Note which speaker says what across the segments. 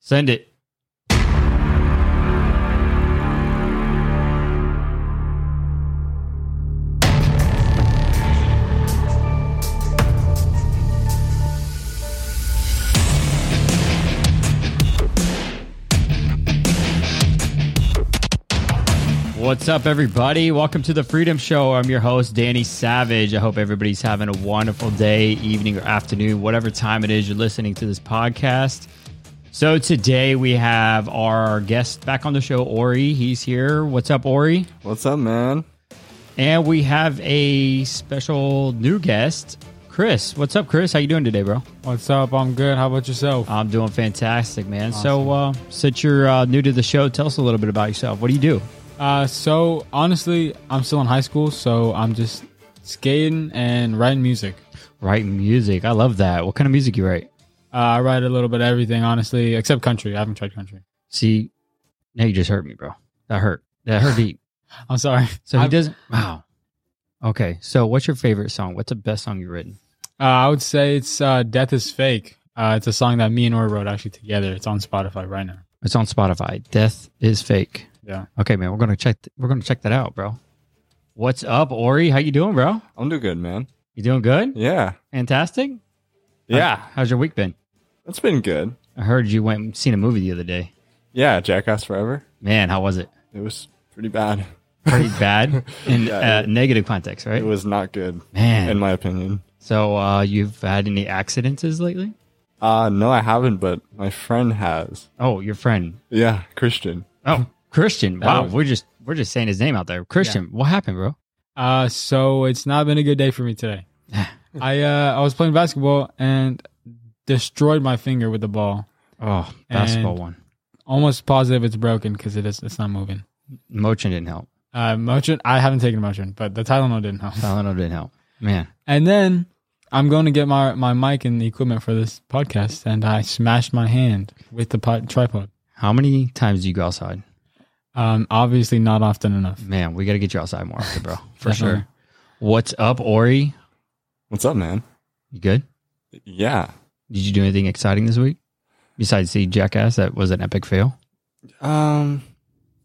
Speaker 1: Send it. What's up, everybody? Welcome to the Freedom Show. I'm your host, Danny Savage. I hope everybody's having a wonderful day, evening, or afternoon, whatever time it is you're listening to this podcast. So, today we have our guest back on the show, Ori. He's here. What's up, Ori?
Speaker 2: What's up, man?
Speaker 1: And we have a special new guest, Chris. What's up, Chris? How you doing today, bro?
Speaker 3: What's up? I'm good. How about yourself?
Speaker 1: I'm doing fantastic, man. So, uh, since you're uh, new to the show, tell us a little bit about yourself. What do you do?
Speaker 3: Uh, so honestly, I'm still in high school, so I'm just skating and writing music.
Speaker 1: Write music. I love that. What kind of music you write?
Speaker 3: Uh, I write a little bit of everything, honestly, except country. I haven't tried country.
Speaker 1: See, now you just hurt me, bro. That hurt. That hurt deep.
Speaker 3: I'm sorry.
Speaker 1: So he
Speaker 3: I've-
Speaker 1: doesn't. Wow. Okay. So what's your favorite song? What's the best song you've written?
Speaker 3: Uh, I would say it's uh, "Death Is Fake." Uh, it's a song that me and Or wrote actually together. It's on Spotify right now.
Speaker 1: It's on Spotify. Death is fake.
Speaker 3: Yeah.
Speaker 1: Okay, man. We're gonna check. th- we're gonna check that out, bro. What's up, Ori? How you doing, bro?
Speaker 2: I'm doing good, man.
Speaker 1: You doing good?
Speaker 2: Yeah.
Speaker 1: Fantastic.
Speaker 2: Yeah.
Speaker 1: How's your week been?
Speaker 2: It's been good.
Speaker 1: I heard you went and seen a movie the other day.
Speaker 2: Yeah, Jackass Forever.
Speaker 1: Man, how was it?
Speaker 2: It was pretty bad.
Speaker 1: Pretty bad in
Speaker 2: Yeah,
Speaker 1: uh, negative context,
Speaker 2: It
Speaker 1: right?
Speaker 2: was not good, in
Speaker 1: Man.
Speaker 2: my opinion.
Speaker 1: So uh, you've had any accidents lately?
Speaker 2: Uh no, I haven't, but my friend has.
Speaker 1: Oh, your friend
Speaker 2: Yeah, Christian.
Speaker 1: Oh, Christian! Wow,
Speaker 3: was-
Speaker 1: we're just we're just saying his name out there. Christian, what happened, bro?
Speaker 3: Uh, so it's not been a good day for me today. I uh, I was playing basketball and destroyed my finger with the ball.
Speaker 1: Oh, basketball
Speaker 3: And-
Speaker 1: one.
Speaker 3: Almost positive it's broken because it is it's not moving.
Speaker 1: Motion didn't help.
Speaker 3: Uh, Motrin, I haven't taken Motrin, but the Tylenol didn't help.
Speaker 1: Tylenol didn't help. Man,
Speaker 3: And then I'm going to get my my mic and the equipment for this podcast, and I smashed my hand with the pot, tripod.
Speaker 1: how many times do you go outside?
Speaker 3: Um, obviously not often enough.
Speaker 1: Man, we got to get you outside more often, bro. For
Speaker 3: Definitely.
Speaker 1: sure. What's up, Ori?
Speaker 2: What's up, man?
Speaker 1: You good?
Speaker 2: Yeah.
Speaker 1: Did you do anything exciting this week besides see Jackass? That was an epic fail.
Speaker 2: Um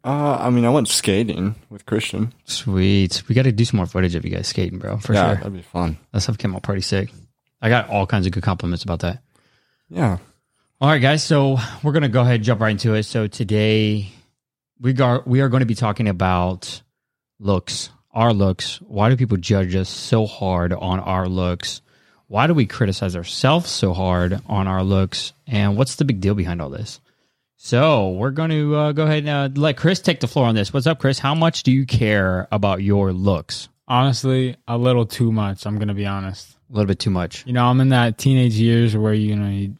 Speaker 2: uh I mean I went skating with Christian.
Speaker 1: Sweet. We got to do some more footage of you guys skating, bro. For
Speaker 2: yeah,
Speaker 1: sure.
Speaker 2: that'd be fun.
Speaker 1: That stuff came out pretty sick. I got all kinds of good compliments about that.
Speaker 2: Yeah.
Speaker 1: All right, guys. So we're going to go ahead and jump right into it. So today we are, we are going to be talking about looks, our looks. Why do people judge us so hard on our looks? Why do we criticize ourselves so hard on our looks? And what's the big deal behind all this? So we're going to uh, go ahead and uh, let Chris take the floor on this. What's up, Chris? How much do you care about your looks?
Speaker 3: Honestly, a little too much. I'm gonna be honest.
Speaker 1: A little bit too much.
Speaker 3: You know, I'm in that teenage years where you know you,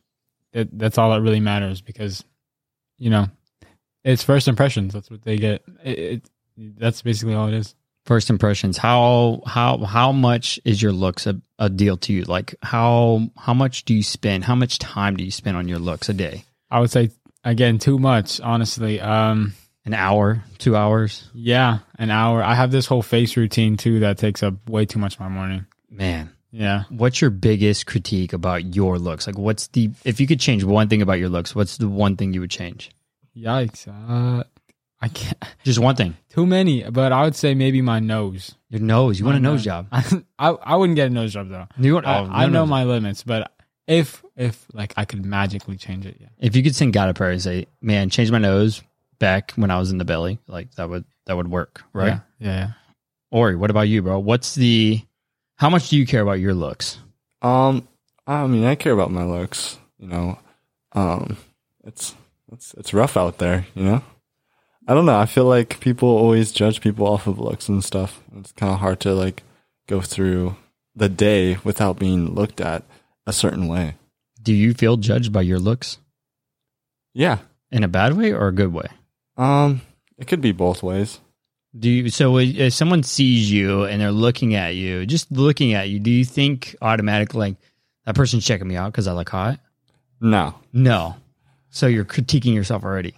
Speaker 3: that, that's all that really matters because you know it's first impressions. That's what they get. It, it that's basically all it is.
Speaker 1: first impressions how how how much is your looks a, a deal to you like how how much do you spend how much time do you spend on your looks a day
Speaker 3: I would say again too much. Honestly, um,
Speaker 1: an hour two hours
Speaker 3: Yeah, an hour. I have this whole face routine too that takes up way too much of my morning.
Speaker 1: man
Speaker 3: Yeah.
Speaker 1: what's your biggest critique about your looks like what's the if you could change one thing about your looks what's the one thing you would change
Speaker 3: Yikes. Uh I can't
Speaker 1: just one thing
Speaker 3: too many, but I would say maybe my nose.
Speaker 1: your nose you want a
Speaker 3: My
Speaker 1: nose
Speaker 3: nose.
Speaker 1: job
Speaker 3: I I wouldn't get a nose job though.
Speaker 1: you want,
Speaker 3: I,
Speaker 1: oh, no
Speaker 3: I know
Speaker 1: nose.
Speaker 3: my limits, but if if like I could magically change it, yeah.
Speaker 1: if you could sing god a prayer and say man change my nose back when i was in the belly like that would that would work right
Speaker 3: Yeah. yeah.
Speaker 1: Ori, what about you, bro? What's the how much do you care about your looks?
Speaker 2: Um I mean I care about my looks, you know. Um it's it's it's rough out there, you know? I don't know, I feel like people always judge people off of looks and stuff. It's kinda hard to like go through the day without being looked at a certain way.
Speaker 1: Do you feel judged by your looks
Speaker 2: Yeah.
Speaker 1: in a bad way or a good way?
Speaker 2: Um it could be both ways.
Speaker 1: Do you so if someone sees you and they're looking at you, just looking at you, do you think automatically like that person's checking me out because I look hot?
Speaker 2: No.
Speaker 1: No. So you're critiquing yourself already.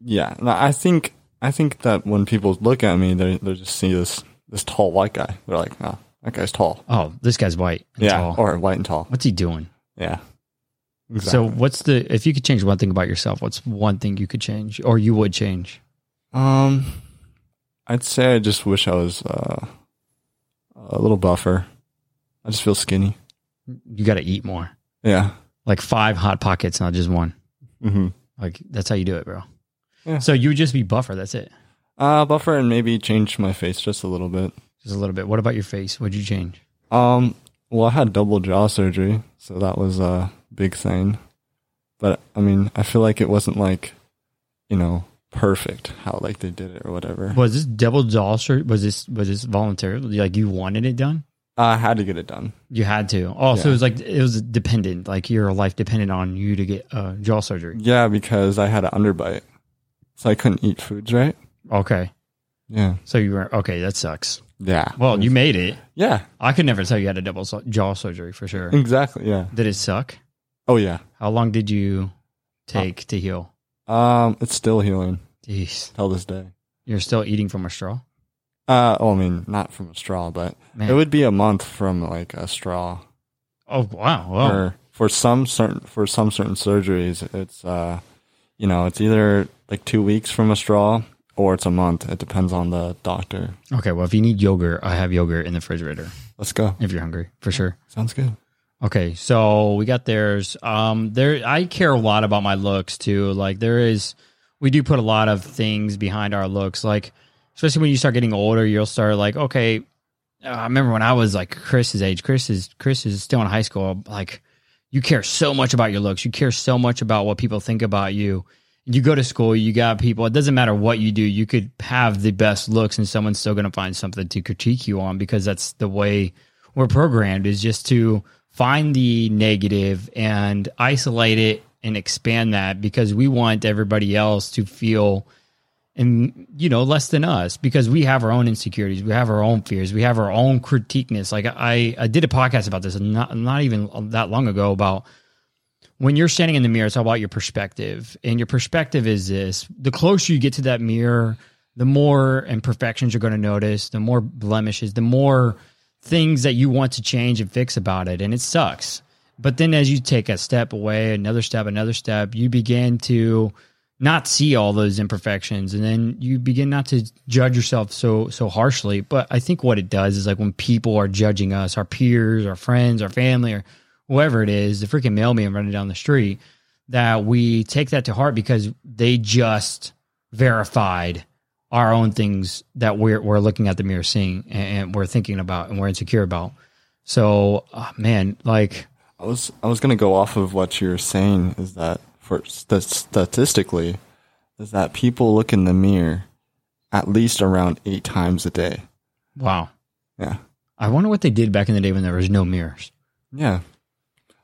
Speaker 2: Yeah. No, I think I think that when people look at me they they just see this this tall white guy. They're like, Oh, that guy's tall.
Speaker 1: Oh, this guy's white. and
Speaker 2: yeah.
Speaker 1: tall.
Speaker 2: Or white and tall.
Speaker 1: What's he doing?
Speaker 2: Yeah.
Speaker 1: So, what's the if you could change one thing about yourself? What's one thing you could change, or you would change?
Speaker 2: Um, I'd say I just wish I was uh, a little buffer. I just feel skinny.
Speaker 1: You got to eat more,
Speaker 2: Yeah.
Speaker 1: like five hot pockets, not just one.
Speaker 2: Mm-hmm.
Speaker 1: Like that's how you do it, bro.
Speaker 2: Yeah.
Speaker 1: So you would just be buffer. That's it,
Speaker 2: Uh, buffer and maybe change my face just a little bit.
Speaker 1: just a little bit. What about your face? Would you change?
Speaker 2: Um, well, I had double jaw surgery, so that was a big thing. But I mean, I feel like it wasn't like, you know, perfect how like they did it or whatever.
Speaker 1: Was this double jaw surgery? Was this was this voluntary? Like you wanted it done?
Speaker 2: I had to get it done.
Speaker 1: You had to. Oh, so
Speaker 2: Yeah.
Speaker 1: it was like it was dependent. Like your life depended on you to get uh, jaw surgery.
Speaker 2: Yeah, because I had an underbite, so I couldn't eat foods. Right?
Speaker 1: Okay,
Speaker 2: Yeah.
Speaker 1: so you were okay. That sucks.
Speaker 2: Yeah.
Speaker 1: Well, you made it.
Speaker 2: Yeah.
Speaker 1: I could never tell you had a double su- jaw surgery for sure.
Speaker 2: Mm. Exactly. Yeah.
Speaker 1: Did it suck?
Speaker 2: Oh yeah.
Speaker 1: How long did you take to heal?
Speaker 2: Um, it's still healing
Speaker 1: Jeez,
Speaker 2: till this day.
Speaker 1: you're still eating from a straw.
Speaker 2: Uh, well, I mean, not from a straw, but
Speaker 1: Man.
Speaker 2: it would be a month from like a straw.
Speaker 1: Oh wow! wow.
Speaker 2: Or for some certain for some certain surgeries, it's uh, you know, it's either like two weeks from a straw or it's a month. It depends on the doctor.
Speaker 1: Okay, well, if you need yogurt, I have yogurt in the refrigerator
Speaker 2: Let's go.
Speaker 1: if you're hungry for sure.
Speaker 2: Sounds good.
Speaker 1: Okay, so we got theirs. Um, there, I care a lot about my looks too. Like there is, we do put a lot of things behind our looks. Like especially when you start getting older, you'll start like, okay, uh, I remember when I was like Chris's age. Chris is Chris is still in high school. Like you care so much about your looks. You care so much about what people think about you. You go to school, you got people. It doesn't matter what you do. You could have the best looks, and someone's still going to find something to critique you on because that's the way we're programmed is just to find the negative and isolate it and expand that because we want everybody else to feel and you know less than us because we have our own insecurities we have our own fears we have our own critiqueness like i i did a podcast about this not not even that long ago about when you're standing in the mirror, it's all about your perspective. And your perspective is this the closer you get to that mirror, the more imperfections you're going to notice, the more blemishes, the more things that you want to change and fix about it. And it sucks. But then as you take a step away, another step, another step, you begin to not see all those imperfections and then you begin not to judge yourself so so harshly but i think what it does is like when people are judging us our peers our friends our family or whoever it is the freaking mailman running down the street that we take that to heart because they just verified our own things that we're we're looking at the mirror seeing and, and we're thinking about and we're insecure about so ah, man like
Speaker 2: I was I was gonna go off of what you're saying is that for st- statistically, is that people look in the mirror at least around eight times a day.
Speaker 1: wow
Speaker 2: Yeah.
Speaker 1: i wonder what they did back in the day when there was no mirrors
Speaker 2: Yeah.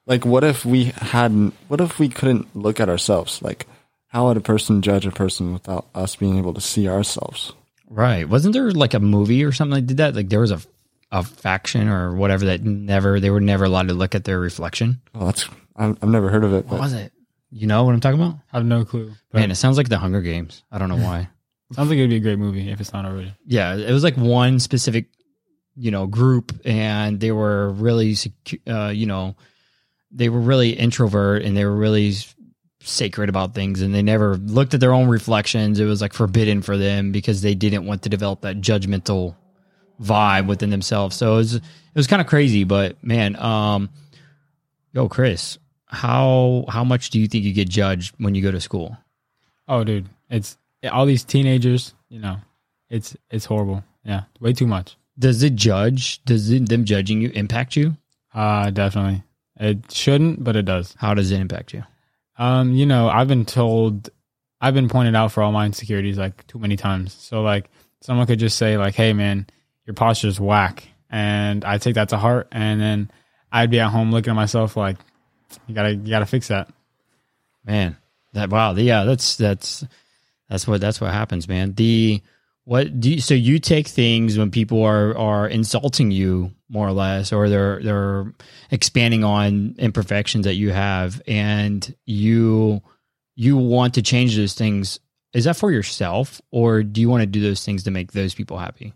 Speaker 2: Like, what if we hadn't, what if we couldn't look at ourselves? Like, how would a person judge a person without us being able to see ourselves?
Speaker 1: Right. Wasn't there like a movie or something that did that? Like there was a a faction or whatever that never they were never allowed to look at their reflection.
Speaker 2: Well, that's, I've, I've never heard of it,
Speaker 1: What
Speaker 2: but
Speaker 1: was it? You know what I'm talking about?
Speaker 3: I have no clue. But
Speaker 1: Man, it sounds like the Hunger Games. I don't know why.
Speaker 3: sounds like it'd be a great movie if it's not already.
Speaker 1: yeah, it was like one specific, you know, group, and they were really, secu- uh, you know, they were really introvert and they were really s- sacred about things, and they never looked at their own reflections. It was like forbidden for them because they didn't want to develop that judgmental vibe within themselves. So it was it was kind of crazy, but man, um, yo, Chris, how how much do you think you get judged when you go to school?
Speaker 3: Oh, dude, it's all these teenagers. You know, it's it's horrible. Yeah, way too much.
Speaker 1: Does it judge? Does it, them judging you impact you?
Speaker 3: Uh definitely. It shouldn't, but it does.
Speaker 1: How does it impact you?
Speaker 3: Um, you know, I've been told, I've been pointed out for all my insecurities like too many times. So like, someone could just say like, "Hey, man, your posture's whack," and I take that to heart, and then I'd be at home looking at myself like, "You gotta, you gotta fix that."
Speaker 1: man that wow yeah that's that's that's what that's what happens man the what do you, so you take things when people are are insulting you more or less or they're they're expanding on imperfections that you have and you you want to change those things is that for yourself or do you want to do those things to make those people happy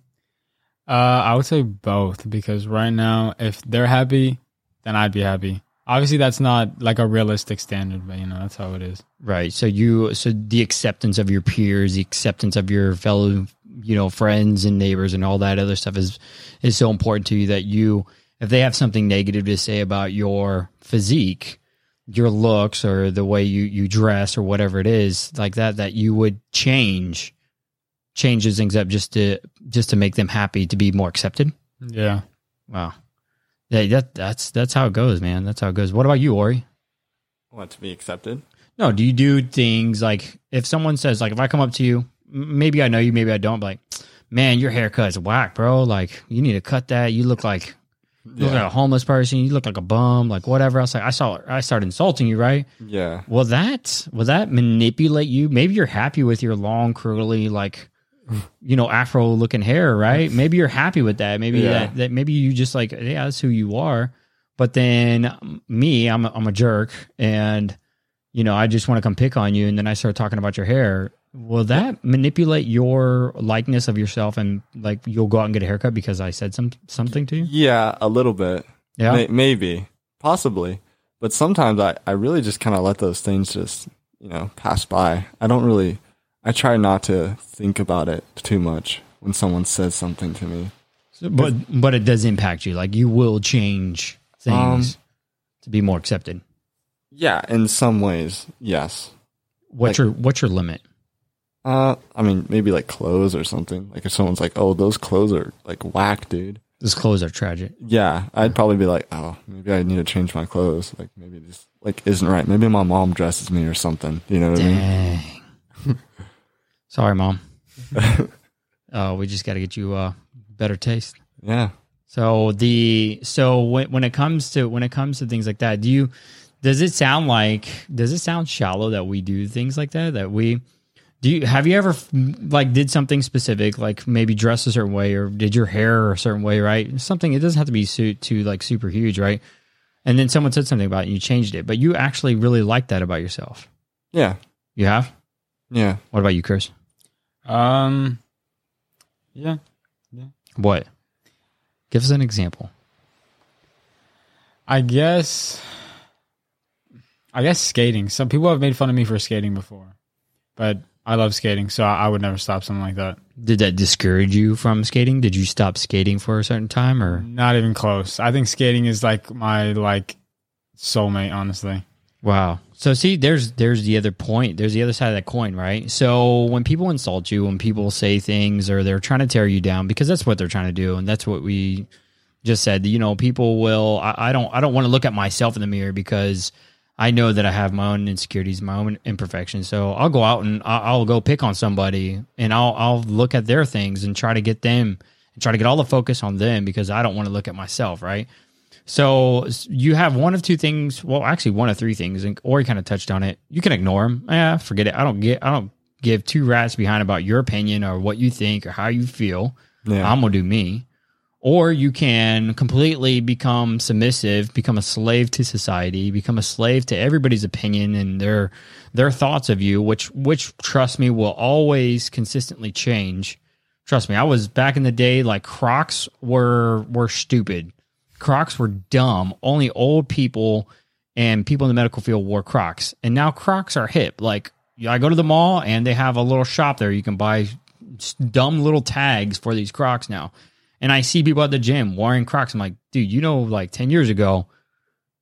Speaker 3: Uh, I would say both because right now, if they're happy, then I'd be happy. Obviously, that's not like a realistic standard, but you know that's how it is.
Speaker 1: Right. So you so the acceptance of your peers, the acceptance of your fellow, you know, friends and neighbors and all that other stuff is is so important to you that you if they have something negative to say about your physique, your looks or the way you you dress or whatever it is like that that you would change change those things up just to just to make them happy to be more accepted.
Speaker 3: Yeah.
Speaker 1: Wow. Yeah, that that's that's how it goes, man. That's how it goes. What about you, Ori?
Speaker 2: Want to be accepted?
Speaker 1: No, do you do things like if someone says like if I come up to you, m- maybe I know you, maybe I don't, but like, man, your haircut's whack, bro. Like you need to cut that. You look like you look like a homeless person. You look like a bum. Like whatever. I was like, I saw I started insulting you, right?
Speaker 2: Yeah.
Speaker 1: Will that will that manipulate you? Maybe you're happy with your long curly like you know afro looking hair, right? Maybe you're happy with that. Maybe
Speaker 2: Yeah.
Speaker 1: that, that maybe you just like yeah, that's who you are. But then um, me, I'm a, I'm a jerk, and you know I just want to come pick on you, and then I start talking about your hair. Will that manipulate your likeness of yourself, and like you'll go out and get a haircut because I said some something to you?
Speaker 2: Yeah, a little bit.
Speaker 1: Yeah,
Speaker 2: May- maybe. Possibly. But sometimes I, I really just kind of let those things just, you know, pass by. I don't really, I try not to think about it too much when someone says something to me.
Speaker 1: but but it does impact you. Like you will change things to be more accepted.
Speaker 2: Yeah, in some ways, yes.
Speaker 1: What's
Speaker 2: Like-
Speaker 1: your what's your limit?
Speaker 2: Uh, I mean, maybe like clothes or something. Like if someone's like, "Oh, those clothes are like whack, dude."
Speaker 1: Those clothes are tragic.
Speaker 2: Yeah, I'd probably be like, "Oh, maybe I need to change my clothes. Like maybe this like isn't right. Maybe my mom dresses me or something." You know what I mean?
Speaker 1: Dang. Sorry, mom. uh, we just got to get you uh, better taste.
Speaker 2: Yeah.
Speaker 1: So the so when when it comes to when it comes to things like that, do you does it sound like does it sound shallow that we do things like that that we do you have you ever like did something specific like maybe dress a certain way or did your hair a certain way right something it doesn't have to be suit to like super huge right and then someone said something about it and you changed it but you actually really liked that about yourself
Speaker 2: Yeah.
Speaker 1: you have
Speaker 2: Yeah.
Speaker 1: what about you Chris
Speaker 3: Um. Yeah.
Speaker 1: what give us an example
Speaker 3: I guess I guess skating. Some people have made fun of me for skating before. But I love skating, so I, I would never stop something like that.
Speaker 1: did that discourage you from skating did you stop skating for a certain time or
Speaker 3: Not even close. I think skating is like my like soulmate, honestly.
Speaker 1: Wow. So see, there's there's the other point. There's the other side of that coin, right? So when people insult you, when people say things, or they're trying to tear you down, because that's what they're trying to do, and that's what we just said. You know, people will. I, I don't. I don't want to look at myself in the mirror because I know that I have my own insecurities, my own imperfections. So I'll go out and I- I'll go pick on somebody, and I'll I'll look at their things and try to get them, try to get all the focus on them because I don't want to look at myself, right? So s- you have one of two things. Well, actually, one of three things. And Ori kind of touched on it. You can ignore him. Yeah, forget it. I don't get. I don't give two rats behind about your opinion or what you think or how you feel.
Speaker 2: Yeah.
Speaker 1: I'm gonna do me. Or you can completely become submissive, become a slave to society, become a slave to everybody's opinion and their their thoughts of you, which which trust me will always consistently change. Trust me, I was back in the day like Crocs were were stupid. Crocs were dumb. Only old people and people in the medical field wore Crocs. And now Crocs are hip. Like yeah, I go to the mall and they have a little shop there you can buy s- dumb little tags for these Crocs now. And I see people at the gym wearing Crocs. I'm like, dude, you know, like 10 years ago,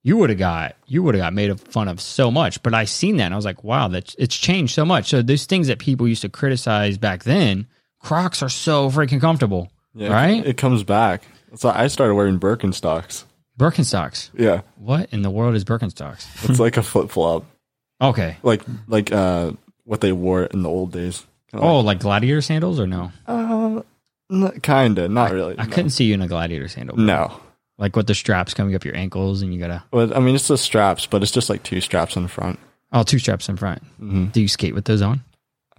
Speaker 1: you would have got you would have got made fun of so much. But I seen that and I was like, wow, that's it's changed so much. So those things that people used to criticize back then, Crocs are so freaking comfortable.
Speaker 2: Yeah.
Speaker 1: Right?
Speaker 2: It comes back. So I started wearing Birkenstocks.
Speaker 1: Birkenstocks.
Speaker 2: Yeah.
Speaker 1: What in the world is Birkenstocks?
Speaker 2: It's like a flip flop,
Speaker 1: Okay.
Speaker 2: like like uh what they wore in the old days. Kinda
Speaker 1: Oh, like gladiator sandals or no?
Speaker 2: like, uh, n- kinda, not really.
Speaker 1: Oh. I
Speaker 2: no.
Speaker 1: couldn't see you in a gladiator sandal.
Speaker 2: No,
Speaker 1: Like with the straps coming up your ankles and you gotta
Speaker 2: but I mean it's the straps, but it's just like two straps in front. Mm-hmm.
Speaker 1: oh two straps in front. Do you skate with those on?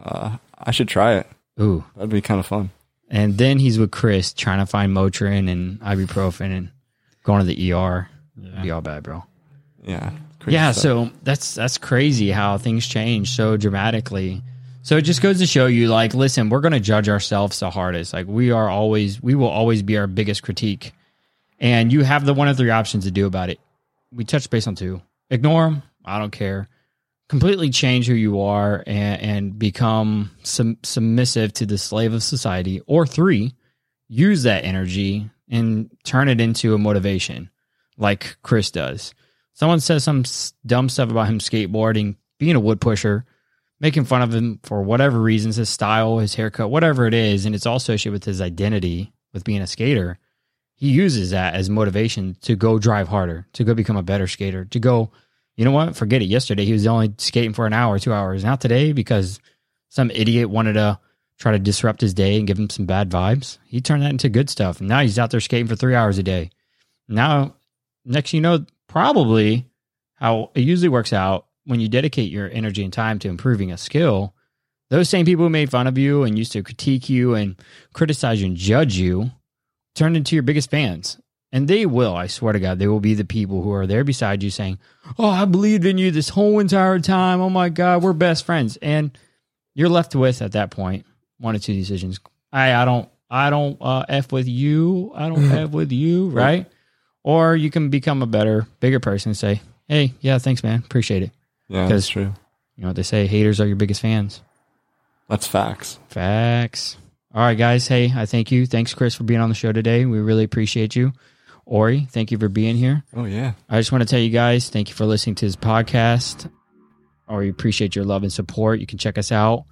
Speaker 2: Uh, I should try it.
Speaker 1: Ooh.
Speaker 2: That'd be kind of fun.
Speaker 1: And then he's with Chris trying to find Motrin and ibuprofen and going to the ER. Be all bad, bro.
Speaker 2: Yeah. Crazy
Speaker 1: Yeah,
Speaker 2: stuff.
Speaker 1: so that's that's crazy how things change so dramatically. So it just goes to show you, like, listen, we're gonna judge ourselves the hardest. Like we are always we will always be our biggest critique. And you have the one of three options to do about it. we touched base on two. Ignore them. I don't care. Completely change who you are and, and become sum, submissive to the slave of society. Or three, use that energy and turn it into a motivation, like Chris does. Someone says some s- dumb stuff about him skateboarding, being a wood pusher, making fun of him for whatever reasons, his style, his haircut, whatever it is, and it's all associated with his identity with being a skater he uses that as motivation to go drive harder, to go become a better skater, to go, you know what? Forget it. Yesterday he was only skating for an hour, two hours. Not today because some idiot wanted to try to disrupt his day and give him some bad vibes. He turned that into good stuff. Now he's out there skating for three hours a day. Now, next you know, probably how it usually works out when you dedicate your energy and time to improving a skill. Those same people who made fun of you and used to critique you and criticize you and judge you turn into your biggest fans. And they will, I swear to God, they will be the people who are there beside you saying, Oh, I believed in you this whole entire time. Oh my God, we're best friends. And you're left with at that point one or two decisions. I I don't I don't uh, F with you. I don't F with you, right? Or you can become a better, bigger person and say, Hey, yeah, thanks, man. Appreciate it.
Speaker 2: Yeah,
Speaker 1: Because-
Speaker 2: that's true.
Speaker 1: You know what they say, haters are your biggest fans.
Speaker 2: That's facts.
Speaker 1: Facts. All right, guys. Hey, I thank you. Thanks, Chris, for being on the show today. We really appreciate you. Ori, thank you for being here.
Speaker 2: Oh yeah.
Speaker 1: I just want to tell you guys, thank you for listening to this podcast. Ori, appreciate your love and support. You can check us out.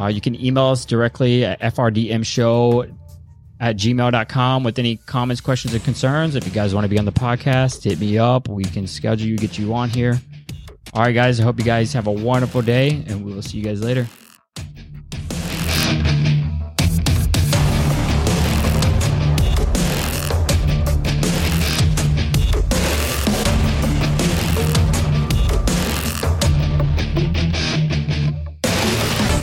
Speaker 1: Uh, you can email us directly at frdmshow at gmail.com with any comments, questions, and concerns. If you guys want to be on the podcast, hit me up. We can schedule you, get you on here. All right, guys. I hope you guys have a wonderful day, and we will see you guys later.